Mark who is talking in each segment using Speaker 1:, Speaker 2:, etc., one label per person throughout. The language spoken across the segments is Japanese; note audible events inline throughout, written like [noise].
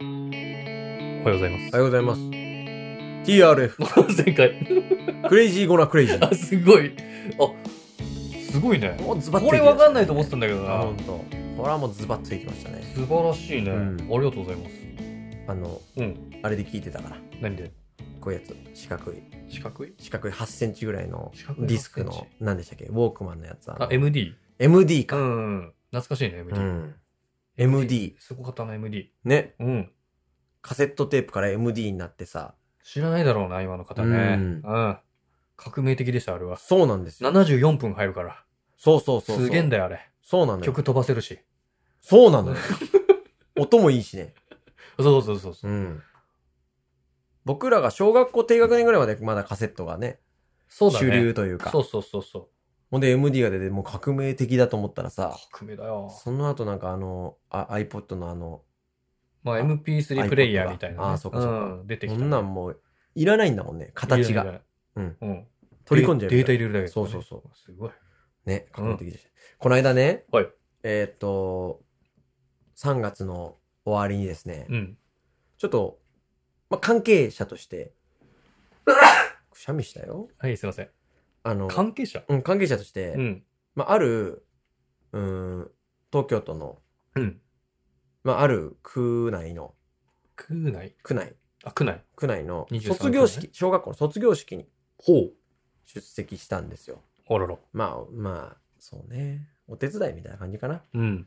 Speaker 1: おはようございます
Speaker 2: おはようございます。TRF、
Speaker 1: 前回
Speaker 2: クレイジーゴナクレイジー。
Speaker 1: あすごいあすごいね
Speaker 2: もうズバッと
Speaker 1: これわかんないと思ってたんだけど
Speaker 2: た。あ、
Speaker 1: な
Speaker 2: ほんと。これはもうズバッといきましたね。
Speaker 1: 素晴らしいね、
Speaker 2: うん
Speaker 1: ありがとうございます
Speaker 2: あの、
Speaker 1: うん
Speaker 2: あれで聞いてたから。
Speaker 1: 何で
Speaker 2: こういうやつ。四角い。
Speaker 1: 四角い
Speaker 2: 四角い8センチぐらいの
Speaker 1: 四角い8
Speaker 2: ディスク
Speaker 1: セン
Speaker 2: の、何でしたっけウォークマンのやつ。
Speaker 1: あ
Speaker 2: の
Speaker 1: MD
Speaker 2: MD
Speaker 1: う
Speaker 2: か。
Speaker 1: ん懐かしいね MD、
Speaker 2: うん。MD。
Speaker 1: すごかったな MD
Speaker 2: ね。
Speaker 1: うん
Speaker 2: カセットテープから MD になってさ。
Speaker 1: 知らないだろうな今の方ね
Speaker 2: うん
Speaker 1: うん革命的でしたあれは
Speaker 2: そうなんですよ。
Speaker 1: 74分入るから
Speaker 2: そうそうそうそう。
Speaker 1: すげえんだよあれ
Speaker 2: そうなのよ。
Speaker 1: 曲飛ばせるし
Speaker 2: そう
Speaker 1: [laughs]
Speaker 2: なのよ。音もいいしね。。
Speaker 1: そうそうそうそううん
Speaker 2: 僕らが小学校低学年ぐらいまでまだカセットがね、
Speaker 1: そうだ
Speaker 2: 主流
Speaker 1: ね
Speaker 2: というか。
Speaker 1: そうそうそうそう
Speaker 2: ほんで MD が出て、もう革命的だと思ったらさ、
Speaker 1: 革命だよ
Speaker 2: その後なんかあの、あ iPod のあの、
Speaker 1: まあ
Speaker 2: あ
Speaker 1: MP3 プレイヤーみたいな、ね。
Speaker 2: あそうかそうか
Speaker 1: ん出てき
Speaker 2: こ
Speaker 1: た。
Speaker 2: んなんもう、いらないんだもんね、形
Speaker 1: いら
Speaker 2: が。
Speaker 1: ない。
Speaker 2: うん。
Speaker 1: うん。
Speaker 2: 取り込んじゃう
Speaker 1: データ入れるだけ、。
Speaker 2: そうそうそう
Speaker 1: すごい。
Speaker 2: ね、革命的でした。この間ね、
Speaker 1: はい
Speaker 2: えーっと、3月の終わりにですね、
Speaker 1: うん。
Speaker 2: ちょっと、まあ、関係者
Speaker 1: [laughs]
Speaker 2: として、くしゃみしたよ。
Speaker 1: はい、すいません。
Speaker 2: あの、
Speaker 1: 関係者
Speaker 2: うん、関係者として、
Speaker 1: うん。
Speaker 2: まあ、ある、うーん、東京都の、
Speaker 1: うん。
Speaker 2: まあ、ある区内の、
Speaker 1: 区内
Speaker 2: 区内、
Speaker 1: あ、区内。
Speaker 2: 区内の
Speaker 1: 23
Speaker 2: 卒業
Speaker 1: 区
Speaker 2: 式、小学校の卒業式に
Speaker 1: ほ
Speaker 2: 出席したんですよ。
Speaker 1: う。あらら。
Speaker 2: まあ、まあ、そうね。お手伝いみたいな感じかな。
Speaker 1: うん。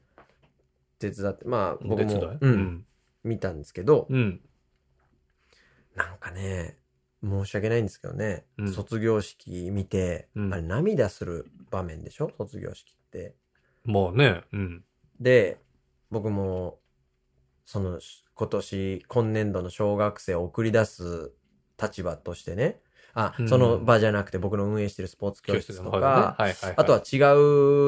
Speaker 2: 手伝って、まあ、
Speaker 1: お
Speaker 2: 僕
Speaker 1: 手伝い
Speaker 2: も、
Speaker 1: う
Speaker 2: うん、
Speaker 1: ん。
Speaker 2: 見たんですけど、
Speaker 1: うん。
Speaker 2: なんかね、申し訳ないんですけどね、
Speaker 1: うん
Speaker 2: 卒業式見て、
Speaker 1: うん
Speaker 2: あれ涙する場面でしょ卒業式って。
Speaker 1: まあね。うん。
Speaker 2: で、僕も、その、今年、今年度の小学生を送り出す立場としてね、あ、
Speaker 1: うん
Speaker 2: その場じゃなくて僕の運営してるスポーツ教室
Speaker 1: で
Speaker 2: と
Speaker 1: も
Speaker 2: か、
Speaker 1: あるねはいはいはい。
Speaker 2: あとは、違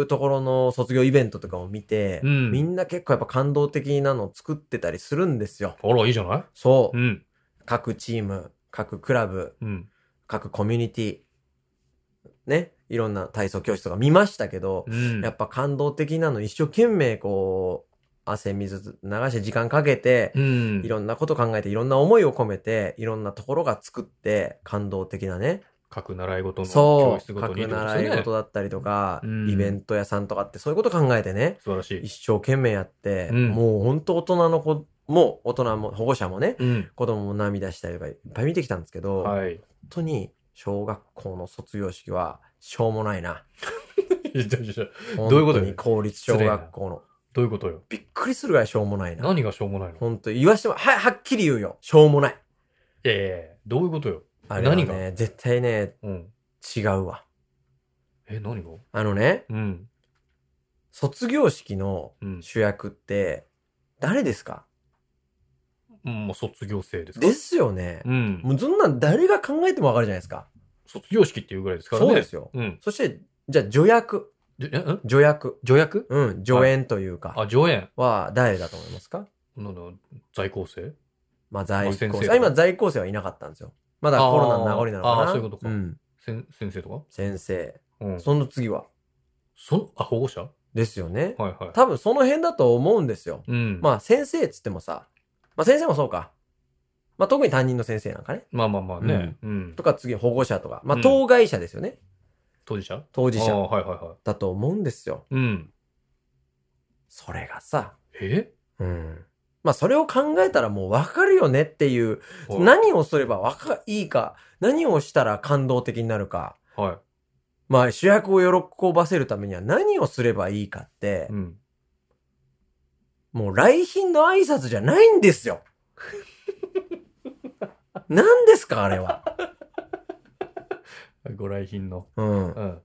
Speaker 2: うところの卒業イベントとかを見て、
Speaker 1: うん
Speaker 2: みんな結構やっぱ感動的なのを作ってたりするんですよ。
Speaker 1: あら、いいじゃない
Speaker 2: そう。
Speaker 1: うん。
Speaker 2: 各チーム、各クラブ、
Speaker 1: うん。
Speaker 2: 各コミュニティ、ね、いろんな体操教室とか見ましたけど、
Speaker 1: うん。
Speaker 2: やっぱ感動的なの一生懸命こう、汗水流して時間かけて、
Speaker 1: うん。
Speaker 2: いろんなこと考えて、いろんな思いを込めて、いろんなところが作って、感動的なね、
Speaker 1: 各習い事の
Speaker 2: そ
Speaker 1: 教
Speaker 2: う、
Speaker 1: 室ごと
Speaker 2: 各
Speaker 1: にってことです
Speaker 2: 習
Speaker 1: よね。
Speaker 2: い事だったりとか、
Speaker 1: うん
Speaker 2: イベント屋さんとかってそういうこと考えてね、
Speaker 1: 素晴らしい。
Speaker 2: 一生懸命やって、
Speaker 1: うん
Speaker 2: もう本当大人の子も、大人も、保護者もね、
Speaker 1: うん。
Speaker 2: 子供も涙したりとかいっぱい見てきたんですけど、本
Speaker 1: はい。
Speaker 2: 当に小学校の卒業式はしょうもないな。
Speaker 1: いやいやいや
Speaker 2: ど
Speaker 1: ういうことよ
Speaker 2: に公立小学校の。
Speaker 1: どういうことよ。
Speaker 2: びっくりするぐらいしょうもないな。
Speaker 1: 何がしょうもないの
Speaker 2: 本当言わしても、はい、はっきり言うよ。しょうもない。
Speaker 1: ええどういうことよ。
Speaker 2: あれは
Speaker 1: 何が
Speaker 2: ね、絶対ね、
Speaker 1: うん。
Speaker 2: 違うわ。
Speaker 1: え、何が
Speaker 2: あのね、
Speaker 1: うん。
Speaker 2: 卒業式の
Speaker 1: うん。
Speaker 2: 主役って誰ですか
Speaker 1: もう卒業生ですか
Speaker 2: ですよね
Speaker 1: う。ん。
Speaker 2: もうそんなん誰が考えてもわかるじゃないですか。
Speaker 1: 卒業式っていうぐらいですからね。
Speaker 2: そうですよ
Speaker 1: うん。
Speaker 2: そして、じゃあ助役、
Speaker 1: じえん
Speaker 2: 助役、
Speaker 1: 助役
Speaker 2: うん、助演というか、
Speaker 1: あ、助演。
Speaker 2: は誰だと思いますか
Speaker 1: なんだ、在校生
Speaker 2: まあ在
Speaker 1: まあ
Speaker 2: 校
Speaker 1: 先
Speaker 2: 生。
Speaker 1: 生
Speaker 2: あ今在校生はいなかったんですよ。まだコロナの名残なのか
Speaker 1: あーあ
Speaker 2: な。
Speaker 1: ーそういうことか
Speaker 2: ん。
Speaker 1: 先先生とか
Speaker 2: 先生。
Speaker 1: うん。
Speaker 2: その次は
Speaker 1: そ、あ、保護者は
Speaker 2: ですよね
Speaker 1: い。はい。
Speaker 2: 多分その辺だと思うんですよ。
Speaker 1: うん。まあ
Speaker 2: まあ先生っつってもさ、まあ先生もそうか。まあ特に担任の先生なんかね。
Speaker 1: まあまあまあね。うん
Speaker 2: と。か次保護者とか。まあ
Speaker 1: うん
Speaker 2: 当該者ですよね。
Speaker 1: 当事者
Speaker 2: 当
Speaker 1: 当
Speaker 2: 事
Speaker 1: あ
Speaker 2: 者
Speaker 1: ーはいはいは
Speaker 2: だと思うんですよ。
Speaker 1: い。うん。
Speaker 2: それがさ、
Speaker 1: え
Speaker 2: うん。まあそれを考えたらもうわかるよねっていう、
Speaker 1: はい
Speaker 2: 何をすればわか、いいか、何をしたら感動的になるか、
Speaker 1: は
Speaker 2: まあ主役を喜ばせるためには何をすればいいかって
Speaker 1: い。う、ん。
Speaker 2: もう来賓の挨拶じゃないんです
Speaker 1: [laughs]
Speaker 2: よ。何ですかあれは。
Speaker 1: ご来賓の、
Speaker 2: うん。
Speaker 1: うん。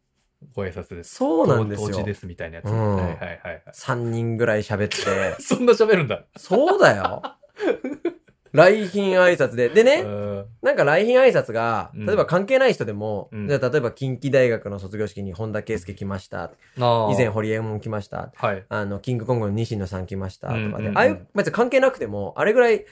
Speaker 1: ご挨拶です。
Speaker 2: そうなんです
Speaker 1: 当時
Speaker 2: よ
Speaker 1: で。すみたいなやつ。
Speaker 2: う
Speaker 1: は
Speaker 2: ん
Speaker 1: いはいはいはい。
Speaker 2: 3人ぐらい喋って。
Speaker 1: そんな喋るんだ。
Speaker 2: そうだよ。 [laughs] 来賓挨拶で。でね、
Speaker 1: うん
Speaker 2: なんか来賓挨拶が、
Speaker 1: うん
Speaker 2: 例えば関係ない人でも、
Speaker 1: うん
Speaker 2: じゃあ例えば近畿大学の卒業式に本田圭佑来ました。
Speaker 1: あー
Speaker 2: 以前堀江門来ました。
Speaker 1: はい。
Speaker 2: あの、キングコングの西野さん来ました。とかで、
Speaker 1: うんうんうん
Speaker 2: ああいう、別に関係なくても、あれぐらい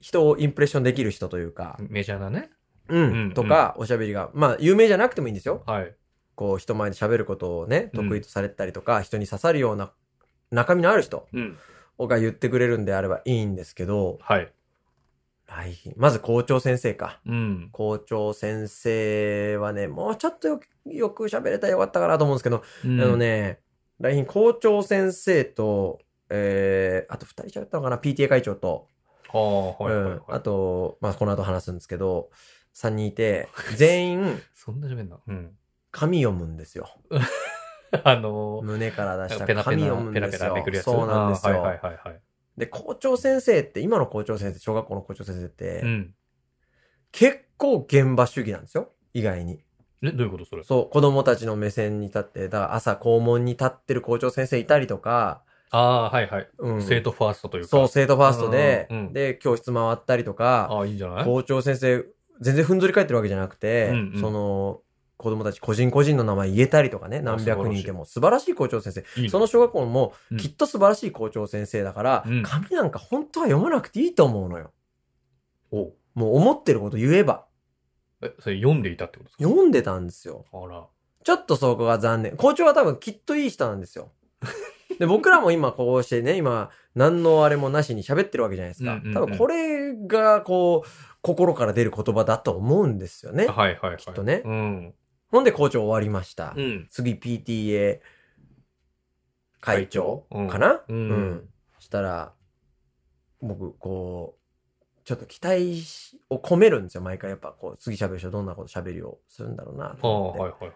Speaker 2: 人をインプレッションできる人というか、
Speaker 1: メジャーなね。
Speaker 2: うん、
Speaker 1: うん
Speaker 2: とか、おしゃべりが、まあ、有名じゃなくてもいいんですよ。
Speaker 1: はい。
Speaker 2: こう、人前で喋ることをね、
Speaker 1: うん
Speaker 2: 得意とされたりとか、人に刺さるような中身のある人
Speaker 1: うん。
Speaker 2: が言ってくれるんであればいいんですけど、
Speaker 1: はい。
Speaker 2: 来まず校長先生か。
Speaker 1: うん。
Speaker 2: 校長先生はね、もうちょっとよよく喋れたらよかったかなと思うんですけど、
Speaker 1: あ
Speaker 2: あの。ね、来賓校長先生と、えー、あと二人喋ったのかな ?PTA 会長と、
Speaker 1: ああ、はいはいは
Speaker 2: う
Speaker 1: い
Speaker 2: ん。あと、まあ、この後話すんですけど、三人いて、全員、
Speaker 1: そんな喋んな。うん。 [laughs]
Speaker 2: 紙読むんですよ。
Speaker 1: あのー、
Speaker 2: 胸から出した
Speaker 1: ペラペ
Speaker 2: 紙読
Speaker 1: ラ、
Speaker 2: むん
Speaker 1: ペラ
Speaker 2: で
Speaker 1: ペ
Speaker 2: す
Speaker 1: ラ
Speaker 2: よ
Speaker 1: めくるや。つ。
Speaker 2: そうなんです
Speaker 1: ああはい
Speaker 2: よ。
Speaker 1: はいはいはい。
Speaker 2: で、校長先生って、今の校長先生、小学校の校長先生って、
Speaker 1: うん。
Speaker 2: 結構現場主義なんですよ。意外に。
Speaker 1: え、どういうことそれ
Speaker 2: そう、子供たちの目線に立って、だから朝校門に立ってる校長先生いたりとか、
Speaker 1: ああ、はいはい。
Speaker 2: うん。
Speaker 1: 生徒ファーストというか。
Speaker 2: そう、生徒ファーストで、
Speaker 1: うんうん
Speaker 2: で、教室回ったりとか、
Speaker 1: ああ、いいんじゃない
Speaker 2: 校長先生、全然ふんぞり返ってるわけじゃなくて、
Speaker 1: うんうん
Speaker 2: その、子供たち個人個人の名前言えたりとかね、何百人いても、素晴らしい校長先生。
Speaker 1: いいね
Speaker 2: その小学校も
Speaker 1: うん
Speaker 2: きっと素晴らしい校長先生だから、
Speaker 1: うん
Speaker 2: 紙なんか本当は読まなくていいと思うのよ。
Speaker 1: おう
Speaker 2: もう思ってること言えば。
Speaker 1: え、それ読んでいたってことですか
Speaker 2: 読んでたんですよ。
Speaker 1: あら。
Speaker 2: ちょっとそこが残念。校長は多分きっといい人なんですよ。で、僕らも今こうしてね、今、何のあれもなしに喋ってるわけじゃないですか。
Speaker 1: うんうんうん
Speaker 2: 多分これが、こう、心から出る言葉だと思うんですよね。
Speaker 1: はいはいはい。
Speaker 2: きっとね
Speaker 1: うん。
Speaker 2: ほんで校長終わりました。
Speaker 1: うん。
Speaker 2: 次 PTA 会長
Speaker 1: 会長
Speaker 2: かな、
Speaker 1: うん
Speaker 2: うんしたら、僕、こう、ちょっと期待しを込めるんですよ。毎回やっぱ、こう、次喋る人どんなこと喋りをするんだろうな
Speaker 1: あ
Speaker 2: と
Speaker 1: あ、
Speaker 2: 思って、
Speaker 1: はいはいはい。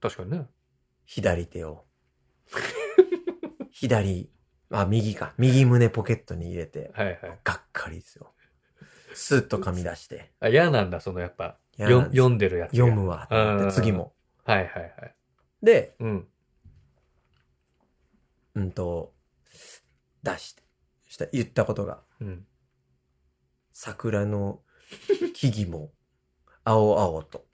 Speaker 1: 確かにね。
Speaker 2: 左手を。左、あ、右か。右胸ポケットに入れて、
Speaker 1: はいはい。
Speaker 2: がっかりですよ。スッと噛み出して、
Speaker 1: あ、嫌なんだ、そのやっぱ。
Speaker 2: 嫌
Speaker 1: よ
Speaker 2: な
Speaker 1: ん
Speaker 2: んです
Speaker 1: 読んでるやつが。
Speaker 2: 読むわ、と思って、次も。
Speaker 1: はいはいはい。
Speaker 2: で、
Speaker 1: うん。
Speaker 2: うんと、出して、した、言ったことが、
Speaker 1: うん。
Speaker 2: 桜の木々も、青々と。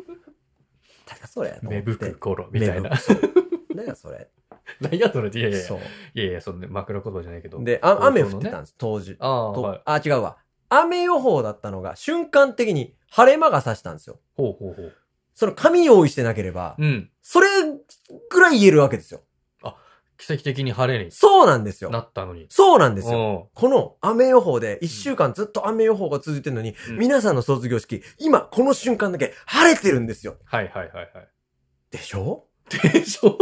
Speaker 2: [laughs] だからそれ、と思
Speaker 1: 芽
Speaker 2: って
Speaker 1: 吹く頃みたいな。
Speaker 2: 芽吹くそうだから
Speaker 1: [laughs]
Speaker 2: それ。
Speaker 1: 何やそれって、 [laughs] いやいやいや
Speaker 2: そ、
Speaker 1: いやいや、そんな枕言葉じゃないけど。
Speaker 2: う。で、あ雨
Speaker 1: 高校の
Speaker 2: 降っ
Speaker 1: ね
Speaker 2: てたんです、当時。
Speaker 1: ああ、
Speaker 2: と
Speaker 1: はい。
Speaker 2: あ、違うわ。雨予報だったのが、瞬間的に晴れ間が差したんですよ。
Speaker 1: ほうほうほう。
Speaker 2: その紙用意してなければ、
Speaker 1: うん。
Speaker 2: それぐらい言えるわけですよ。
Speaker 1: 奇跡的に晴れに
Speaker 2: そうなんです
Speaker 1: な
Speaker 2: よ。
Speaker 1: ったのに。
Speaker 2: そうなんですよ。
Speaker 1: そ
Speaker 2: この雨予報で、一週間ずっと雨予報が続いてるのに、
Speaker 1: うん
Speaker 2: 皆さんの卒業式、今、この瞬間だけ晴れてるんですよ。
Speaker 1: はいはいはいは
Speaker 2: でしょ
Speaker 1: い。でしょ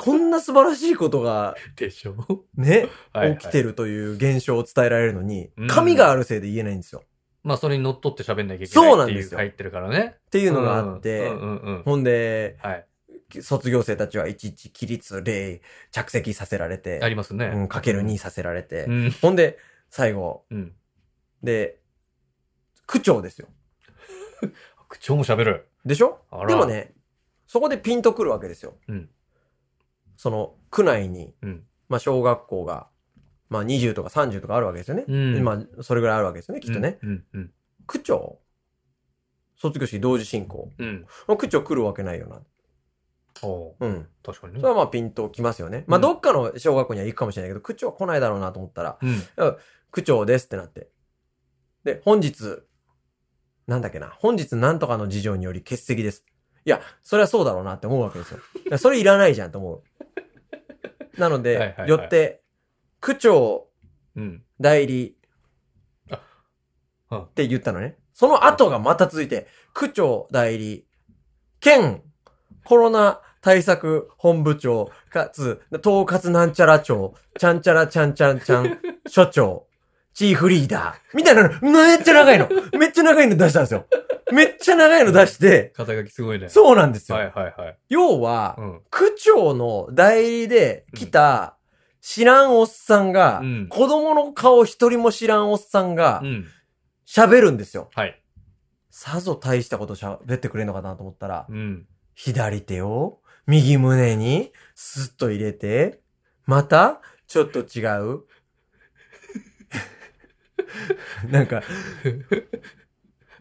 Speaker 2: こんな素晴らしいことが、
Speaker 1: [laughs] でしょ
Speaker 2: ね、
Speaker 1: はい、はい。
Speaker 2: 起きて
Speaker 1: る。
Speaker 2: るという現象を伝えられるのに
Speaker 1: うん、
Speaker 2: 紙があるせいで言えないんですよ。
Speaker 1: まあ、それに乗っ取って喋んなきゃいけない
Speaker 2: そうな
Speaker 1: って
Speaker 2: ん
Speaker 1: い
Speaker 2: です
Speaker 1: う
Speaker 2: よ
Speaker 1: 入ってるからね。
Speaker 2: ってい
Speaker 1: いう
Speaker 2: のがあっ
Speaker 1: うん、
Speaker 2: て
Speaker 1: うんうんうん。
Speaker 2: ほんで、
Speaker 1: はい。
Speaker 2: 卒業生たちはいちいち起立、礼、着席させられ
Speaker 1: あ
Speaker 2: て、
Speaker 1: りますね。
Speaker 2: うん、かける2させられて
Speaker 1: う、ん。
Speaker 2: ほんで、最後、
Speaker 1: うん。
Speaker 2: で、区長ですよ。
Speaker 1: 口調も喋る。
Speaker 2: でしょ
Speaker 1: あら
Speaker 2: でもね、そこでピンとくるわけですよ。
Speaker 1: うん
Speaker 2: その、区内に、
Speaker 1: うん
Speaker 2: まあ、小学校が、まあ、20とか30とかあるわけですよね。
Speaker 1: うん
Speaker 2: でまあ、それぐらいあるわけですよね、きっとね。。
Speaker 1: うんうん
Speaker 2: 区長卒業式同時進行。
Speaker 1: うん。うん。
Speaker 2: まあ区長来るわけないよな。
Speaker 1: おう
Speaker 2: うん。
Speaker 1: 確かに
Speaker 2: そ
Speaker 1: ね
Speaker 2: れ。はまあ、ピンときますよね。ま
Speaker 1: う
Speaker 2: あ、
Speaker 1: ん
Speaker 2: どっかの小学校には行くかもしれないけど、区長来ないだろうなと思ったら、
Speaker 1: うん。
Speaker 2: 区長ですってなって。で、本日、なんだっけな、本日なんとかの事情により欠席です。いや、それはそうだろうなって思うわけですよ。いやそれいらないじゃんと思う。なので、
Speaker 1: [laughs] はいはいはい
Speaker 2: よって、区長
Speaker 1: うん。
Speaker 2: 代理
Speaker 1: あうん
Speaker 2: って言ったのね。その後がまた続いて、区長代理、県コロナ対策本部長、かつ、統括なんちゃら長、ちゃんちゃらちゃんちゃんちゃん、所長、チーフリーダー、みたいなの、めっちゃ長いの。めっちゃ長いの出したんですよ。めっちゃ長いの出して、
Speaker 1: 肩書きすごいね。
Speaker 2: そうなんですよ。
Speaker 1: はいはいはい。
Speaker 2: 要は
Speaker 1: う、ん。
Speaker 2: 区長の代理で来た知らんおっさんが、
Speaker 1: うん
Speaker 2: 子供の顔一人も知らんおっさんが
Speaker 1: うん。
Speaker 2: 喋るんですよ。
Speaker 1: はい。
Speaker 2: さぞ大したこと喋ってくれるのかなと思ったら
Speaker 1: う、ん。
Speaker 2: 左手を右胸にスッと入れて、またちょっと違う。 [laughs] なんか、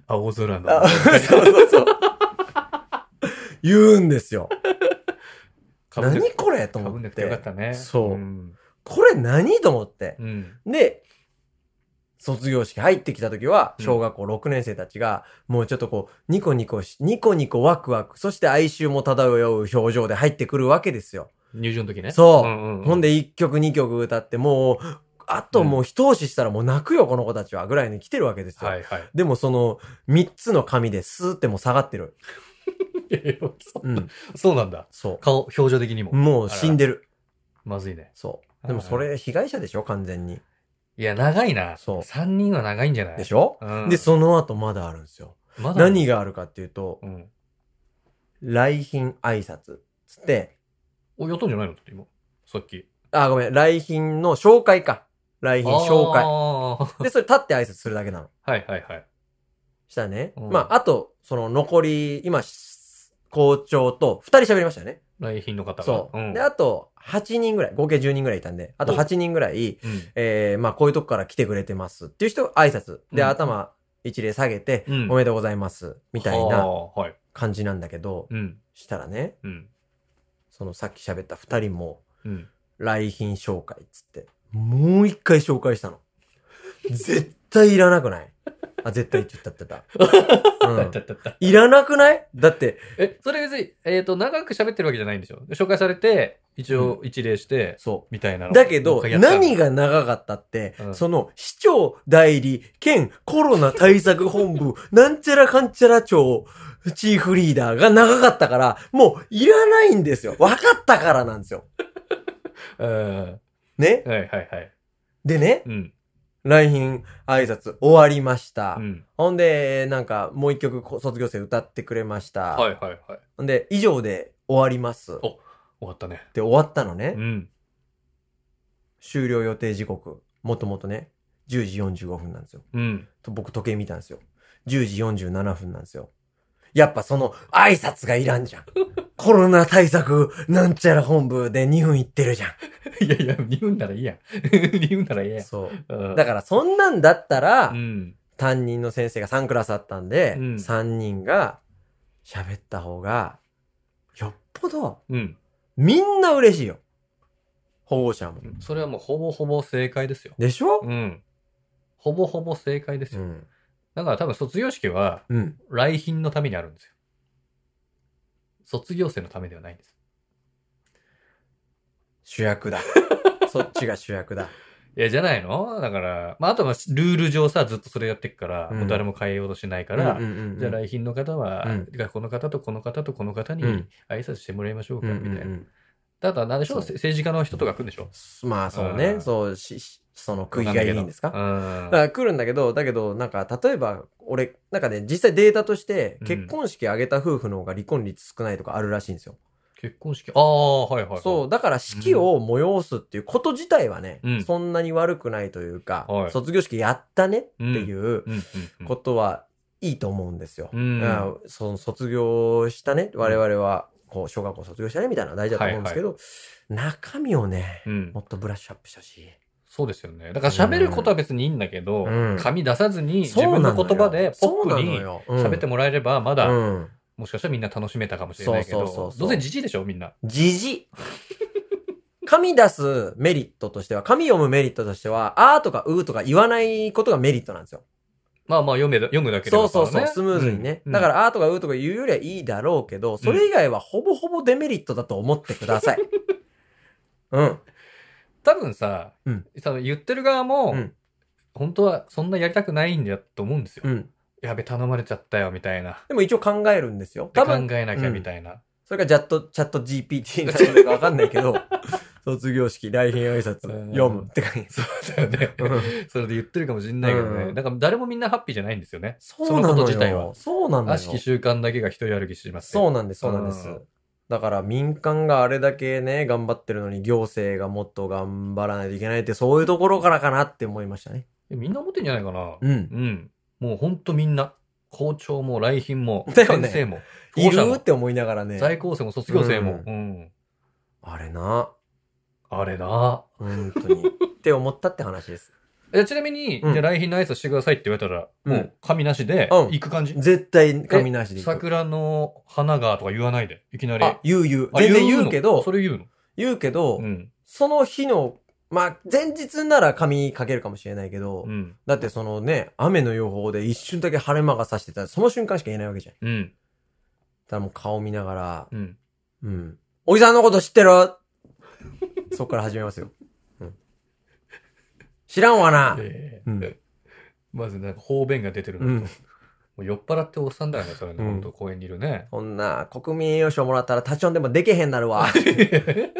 Speaker 1: 青空の。 [laughs]
Speaker 2: あそうそうそう。言うんですよ。
Speaker 1: かぶんな
Speaker 2: 何これと
Speaker 1: かぶ
Speaker 2: 思
Speaker 1: ん
Speaker 2: っ。
Speaker 1: なくてよかってたね。。
Speaker 2: そうんこれ何と思って。
Speaker 1: うん。
Speaker 2: で、卒業式入ってきた時は、
Speaker 1: うん
Speaker 2: 小学校6年生たちが、もうちょっとこう、ニコニコし、ニコニコワクワク、そして哀愁も漂う表情で入ってくるわけですよ。
Speaker 1: 入場の時ね。
Speaker 2: そうん
Speaker 1: うんうん
Speaker 2: ほんで1曲2曲歌ってもう、あともう一押ししたらもう泣くよこの子たちはぐらいに来てるわけですよ。
Speaker 1: はいはい。 [laughs]
Speaker 2: でもその3つの紙でスーってもう下がってる。
Speaker 1: いやいやそ
Speaker 2: うん。
Speaker 1: そうなんだ。
Speaker 2: そ
Speaker 1: 顔、表情的にも
Speaker 2: う。。もう死んでる。
Speaker 1: まずいね。
Speaker 2: そう。でもそれ被害者でしょ完全に。
Speaker 1: いや、長いな。
Speaker 2: そう
Speaker 1: 三人は長いんじゃない
Speaker 2: でしょ
Speaker 1: うん。
Speaker 2: で、その後まだあるんですよ。
Speaker 1: まだ
Speaker 2: 何があるかっていうと、
Speaker 1: うん。
Speaker 2: 来賓挨拶。つって、
Speaker 1: お、やったんじゃないのって今。さっき。
Speaker 2: あ、ごめん、来賓の紹介か。来賓紹
Speaker 1: あ
Speaker 2: 介。
Speaker 1: ー
Speaker 2: で、それ立って挨拶するだけなの。
Speaker 1: はいはいはい。
Speaker 2: したらね。
Speaker 1: うん
Speaker 2: まあ、あと、その残り、今、し校長と二人喋りましたよね。
Speaker 1: 来賓の方が。
Speaker 2: そう。
Speaker 1: ん。
Speaker 2: で、あと、8人ぐらい、合計10人ぐらいいたんで、あと
Speaker 1: お
Speaker 2: 8人ぐらい、
Speaker 1: うん
Speaker 2: えー、まあ、こういうとこから来てくれてますっていう人、挨拶。で、
Speaker 1: うん
Speaker 2: 頭一礼下げて、
Speaker 1: うん
Speaker 2: おめでとうございます、みたいな
Speaker 1: はあはい。
Speaker 2: 感じなんだけど、
Speaker 1: うん。
Speaker 2: したらね、
Speaker 1: うん。
Speaker 2: そのさっき喋った二人も、
Speaker 1: うん。
Speaker 2: 来賓紹介っつって、もう一回紹介したの。絶対いらなくないあ、絶対って言ったって言った。う
Speaker 1: だ
Speaker 2: ん
Speaker 1: っただった。
Speaker 2: いらなくないだって、
Speaker 1: え、それ別に、えっと、長く喋ってるわけじゃないんでしょで紹介されて、一応一礼して、
Speaker 2: そ
Speaker 1: みたいな
Speaker 2: う。
Speaker 1: の。
Speaker 2: だけど、何
Speaker 1: が
Speaker 2: が長かったって、
Speaker 1: うん
Speaker 2: その、市長代理、兼コロナ対策本部、なんちゃらかんちゃら庁、チーフリーダーが長かったから、もういらないんですよ。分かったからなんですよ。
Speaker 1: うん。
Speaker 2: ね。
Speaker 1: はいはいはい。
Speaker 2: でね、
Speaker 1: うん。
Speaker 2: 来賓挨拶終わりました。
Speaker 1: うん。
Speaker 2: ほんで、なんか、もう一曲こ卒業生歌ってくれました。
Speaker 1: はいはいはい。終
Speaker 2: ほんで、以上で終わります。
Speaker 1: おわったね。
Speaker 2: で、終わったのね。
Speaker 1: うん。
Speaker 2: 終了予定時刻、もともとね、10時45分なんですよ。
Speaker 1: うん。
Speaker 2: と僕時計見たんですよ。10時47分なんですよ。やっぱその挨拶がいら
Speaker 1: [laughs]
Speaker 2: んじゃん。コロナ対策なんちゃら本部で2分行ってるじゃ
Speaker 1: [laughs] いやいや、2分ならいいやん。2分 [laughs] ならいいや
Speaker 2: ん。
Speaker 1: ん。
Speaker 2: そう。
Speaker 1: だ
Speaker 2: だからそんなんだったら、
Speaker 1: うん。
Speaker 2: 担任の先生が3クラスあったんで、
Speaker 1: うん
Speaker 2: 3人が喋った方が、よっぽど
Speaker 1: うん。
Speaker 2: みんな嬉しいよ。保護者も。
Speaker 1: それはもうほぼほぼ正解ですよ。
Speaker 2: でしょ
Speaker 1: うん。ほぼほぼ正解です
Speaker 2: う
Speaker 1: よ。
Speaker 2: ん。
Speaker 1: だから多分卒業式は
Speaker 2: うん。
Speaker 1: 来賓のためにあるんですよ。卒業生のためではないんです。
Speaker 2: 主役
Speaker 1: [laughs]
Speaker 2: だ。そっちが主役だ。
Speaker 1: いや、じゃないのだから、まあ、あとはルール上さ、ずっとそれやってくから、
Speaker 2: うん
Speaker 1: もう誰も変えようとしないから、
Speaker 2: うんうんうんうん
Speaker 1: じゃあ来賓の方は、
Speaker 2: うん
Speaker 1: 学校の方とこの方とこの方に
Speaker 2: うん
Speaker 1: 挨拶してもらいましょう
Speaker 2: う
Speaker 1: か、
Speaker 2: んう
Speaker 1: み
Speaker 2: ん
Speaker 1: たいな。
Speaker 2: うん
Speaker 1: ただ、なんでしょう
Speaker 2: そう
Speaker 1: 政治家の人とか来るんでしょ
Speaker 2: まあそう
Speaker 1: う
Speaker 2: ね、
Speaker 1: ん
Speaker 2: そう、し、しその区議がいいんですか
Speaker 1: わん
Speaker 2: だか
Speaker 1: ない
Speaker 2: ら来るんだけど、だけど、なんか、例えば、俺、なんかね、実際データとして
Speaker 1: う、ん
Speaker 2: 結婚式挙げた夫婦の方が離婚率少ないとかあるらしいんですよ。
Speaker 1: けど。結婚式、ああ、はいはい、はい。
Speaker 2: そう、だから式を催すっていうこと自体はね、
Speaker 1: うん
Speaker 2: そんなに悪くないというか、
Speaker 1: はい
Speaker 2: 卒業式やったねっていう
Speaker 1: うんうんうん。
Speaker 2: ことはいいと思うんですよ。
Speaker 1: うん
Speaker 2: うんその卒業したね、我々は、こう、小学校卒業したねみたいなのは大事だと思うんですけど、中身をね、
Speaker 1: うん
Speaker 2: も、っとブラッシュアップしてほしい。
Speaker 1: そうですよね。だから喋ることは別にいいんだけど、
Speaker 2: うん
Speaker 1: 紙出さずに自
Speaker 2: そう
Speaker 1: 分
Speaker 2: な
Speaker 1: の
Speaker 2: のよ
Speaker 1: 言葉でポップに喋って
Speaker 2: も
Speaker 1: もらえれば、まだ、
Speaker 2: うん。
Speaker 1: もしかしたらみんな楽しめたかもしれないけ
Speaker 2: そ
Speaker 1: ど
Speaker 2: うそうそう、そう
Speaker 1: どうせじじいでしょ、みんな。
Speaker 2: じじ。 [laughs] 紙出すメリットとしては、紙読むメリットとしては、あーとかうーとか言わないことがメリットなんですよ。
Speaker 1: まあまあ読めだ、読むだけで
Speaker 2: そう
Speaker 1: も、
Speaker 2: そうそう、スムーズにね。だかららあーとかうーとか言うよりはいいだろうけど、それ以外はほぼほぼデメリットだと思ってくだ
Speaker 1: [laughs]
Speaker 2: さい。うん。
Speaker 1: 多分さ、
Speaker 2: うん
Speaker 1: 多分言ってる側も、
Speaker 2: うん
Speaker 1: 本当はそんなやりたくないんだと思うんですよ。
Speaker 2: うん。
Speaker 1: やべ、頼まれちゃったよ、みたいな。
Speaker 2: でも一応考えるんですよ。
Speaker 1: で
Speaker 2: 多
Speaker 1: 考
Speaker 2: 分、
Speaker 1: えなきゃ、
Speaker 2: うん
Speaker 1: みたいな。
Speaker 2: それがチャット、チャット GPT になるのかわかんない
Speaker 1: [laughs]
Speaker 2: けど、卒業式、来賓挨拶、読むって感じ。
Speaker 1: そうだよね。それで言ってるかもしんないけどね。
Speaker 2: うん
Speaker 1: だから誰もみんなハッピーじゃないんですよね。
Speaker 2: そうな
Speaker 1: [laughs] そのこ
Speaker 2: の
Speaker 1: と自体は
Speaker 2: よ。そうなのよ
Speaker 1: 悪。しき習慣だけが一人歩きします
Speaker 2: そう
Speaker 1: う。
Speaker 2: なんです、そうなんです
Speaker 1: うん。
Speaker 2: だから民間があれだけね、頑張ってるのに行政がもっと頑張らないといけないって、そういうところからかなって思いましたね。
Speaker 1: えみんな思ってんじゃないかな。
Speaker 2: うん。
Speaker 1: うん。もうほんとみんな。校長も来賓も、
Speaker 2: だよね
Speaker 1: 先生も、
Speaker 2: いる
Speaker 1: 保護
Speaker 2: っ
Speaker 1: 者
Speaker 2: て思いながら
Speaker 1: も、
Speaker 2: ね。
Speaker 1: 在校生も卒業生も。
Speaker 2: う
Speaker 1: うん。
Speaker 2: あれな、
Speaker 1: あれな。
Speaker 2: 本当に。って思ったって話
Speaker 1: [laughs]
Speaker 2: です。
Speaker 1: えちなみに、
Speaker 2: うん
Speaker 1: じゃあ来賓の挨拶してくださいって言われたら、
Speaker 2: うん
Speaker 1: もう紙なしで、
Speaker 2: うん
Speaker 1: 行く感じ、
Speaker 2: 絶対紙なしでいく。
Speaker 1: 桜の花がとか言わないで、いきなり。
Speaker 2: あ、言う言う。
Speaker 1: あ
Speaker 2: 全然言
Speaker 1: の
Speaker 2: うけ
Speaker 1: そ
Speaker 2: ど、
Speaker 1: れ言うの。
Speaker 2: 言うけど
Speaker 1: う、ん。
Speaker 2: その日の、まあ、前日なら紙かけるかもしれないけど
Speaker 1: う、ん。
Speaker 2: だってそのね、雨の予報で一瞬だけ晴れ間が差してたら、その瞬間しか言えないわけじゃん。だ
Speaker 1: うん。
Speaker 2: からもう顔見ながら、
Speaker 1: うん。
Speaker 2: うん。おじさんのこと知ってるそっから始めますよ。うん、知らんわな。
Speaker 1: え
Speaker 2: うん
Speaker 1: えまずなんか方便が出てるのと、
Speaker 2: うん
Speaker 1: もう酔っ払っておっさんだよね、それね、
Speaker 2: うん
Speaker 1: 本当公園にいる
Speaker 2: [laughs]
Speaker 1: ね。
Speaker 2: こんな、国民栄誉賞もらったら立ち読んでもでけへんなる [laughs] わ。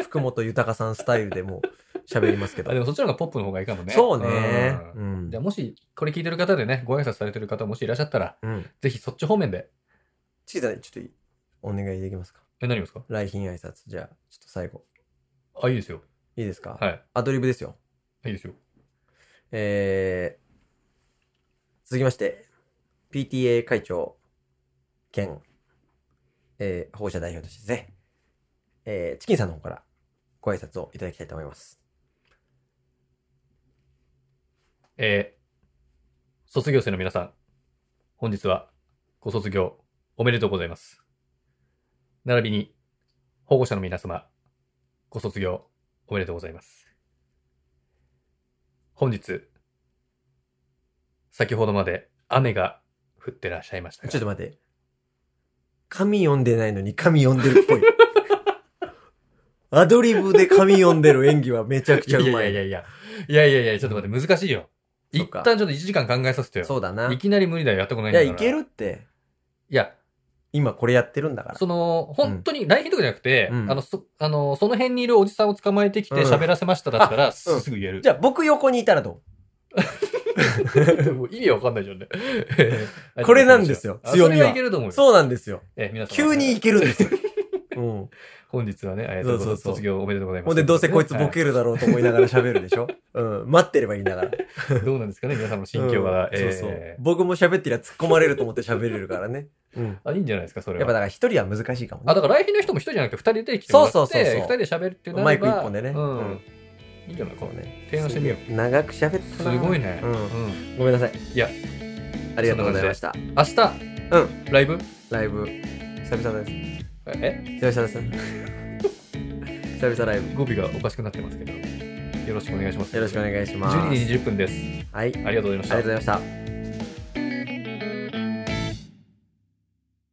Speaker 2: 福本豊さんスタイルでもう喋りますけ
Speaker 1: あ
Speaker 2: ど。
Speaker 1: でもそっちの方がポップの方がいいかもね。
Speaker 2: そうね。
Speaker 1: う
Speaker 2: うんん
Speaker 1: じゃ。あもし、これ聞いてる方でね、ご挨拶されてる方もしいらっしゃったら、
Speaker 2: うん。
Speaker 1: ぜひそっち方面で。
Speaker 2: チキさん、ちょっとお願いできますか
Speaker 1: え、何ですか
Speaker 2: 来賓挨拶。じゃあ、ちょっと最後。
Speaker 1: あ、いいですよ。
Speaker 2: いいですか
Speaker 1: はい。
Speaker 2: アドリブですよ。
Speaker 1: いいですよ。
Speaker 2: えー、続きまして、PTA 会長兼、えー、保護者代表としてですね、えー、チキンさんの方からご挨拶をいただきたいと思います。
Speaker 1: えー卒業生の皆さん、本日はご卒業おめでとうございます。並びに保護者の皆様、ご卒業おめでとうございます。本日、先ほどまで雨が降ってらっしゃいましたが
Speaker 2: ちょっと待って。紙読んでないのに紙読んでるっ [laughs] ぽい。アドリブで紙読んでる演技はめちゃくちゃうまい。
Speaker 1: いやいやいやいや。いやいやいや、ちょっと待って、難しいよ。
Speaker 2: そ
Speaker 1: 一
Speaker 2: っか
Speaker 1: 旦ちょっと1時間考えさせてよ。
Speaker 2: そうだな。
Speaker 1: い
Speaker 2: い
Speaker 1: きなり無理だよ、やったことないん
Speaker 2: や、
Speaker 1: だから。
Speaker 2: いけるって。
Speaker 1: いや、
Speaker 2: 今これやってるんだから。
Speaker 1: その、本当に、来賓とかじゃなくて、
Speaker 2: うん
Speaker 1: あの、そ、あの、その辺にいるおじさんを捕まえてきて
Speaker 2: うん
Speaker 1: 喋らせましただったら、
Speaker 2: うん
Speaker 1: すぐ言える。
Speaker 2: じゃあ僕横にいたらど
Speaker 1: もう意味わかんないじゃんね。
Speaker 2: [laughs] これなんですよ
Speaker 1: あ
Speaker 2: 強みは
Speaker 1: それはいけると思う
Speaker 2: う
Speaker 1: よ。
Speaker 2: そうなんですよ。
Speaker 1: え、皆さん。
Speaker 2: 急にいけるん [laughs] ですよ。うん。
Speaker 1: 本日はね、えーと
Speaker 2: そうそうそう
Speaker 1: 卒業おめでとうございます。
Speaker 2: ほんで、どうせこいつボ
Speaker 1: は
Speaker 2: ケるだろうと思いながら喋るでしょうん。待ってればいいながら。
Speaker 1: い [laughs] どうなんですかね、皆さんの心境は。
Speaker 2: うん
Speaker 1: えー
Speaker 2: そうそう。僕も喋ってりゃ突っ込まれると思って喋れるからね。うん。
Speaker 1: あ、いいんじゃないですか、それ
Speaker 2: やっ
Speaker 1: は。
Speaker 2: ぱだから一人は難しいかもね。
Speaker 1: あ、だから来賓の人も一人じゃなくて二人で来てもらって、
Speaker 2: そうそうそうそう
Speaker 1: 二人で喋るっていうならば
Speaker 2: マイク一本でね
Speaker 1: う
Speaker 2: うんん。
Speaker 1: いいんじゃないか
Speaker 2: こ。うね。
Speaker 1: 提案してみよう
Speaker 2: すげえ長く喋った
Speaker 1: す
Speaker 2: な
Speaker 1: ごいね。
Speaker 2: う。
Speaker 1: うんん。
Speaker 2: ごめんなさい。
Speaker 1: いや、
Speaker 2: ありがとうございました。
Speaker 1: 明日、
Speaker 2: う
Speaker 1: ライブ
Speaker 2: ライブ、久々です。
Speaker 1: え
Speaker 2: 久々です。 [laughs] 久々ライブ。
Speaker 1: 語尾がおかしくなってますけど、よろしくお願いします。
Speaker 2: よろしくお願いします。
Speaker 1: 12時20分です。
Speaker 2: はい。ありがと
Speaker 1: ありがとうございまし
Speaker 2: う
Speaker 1: た
Speaker 2: ご。ざいました。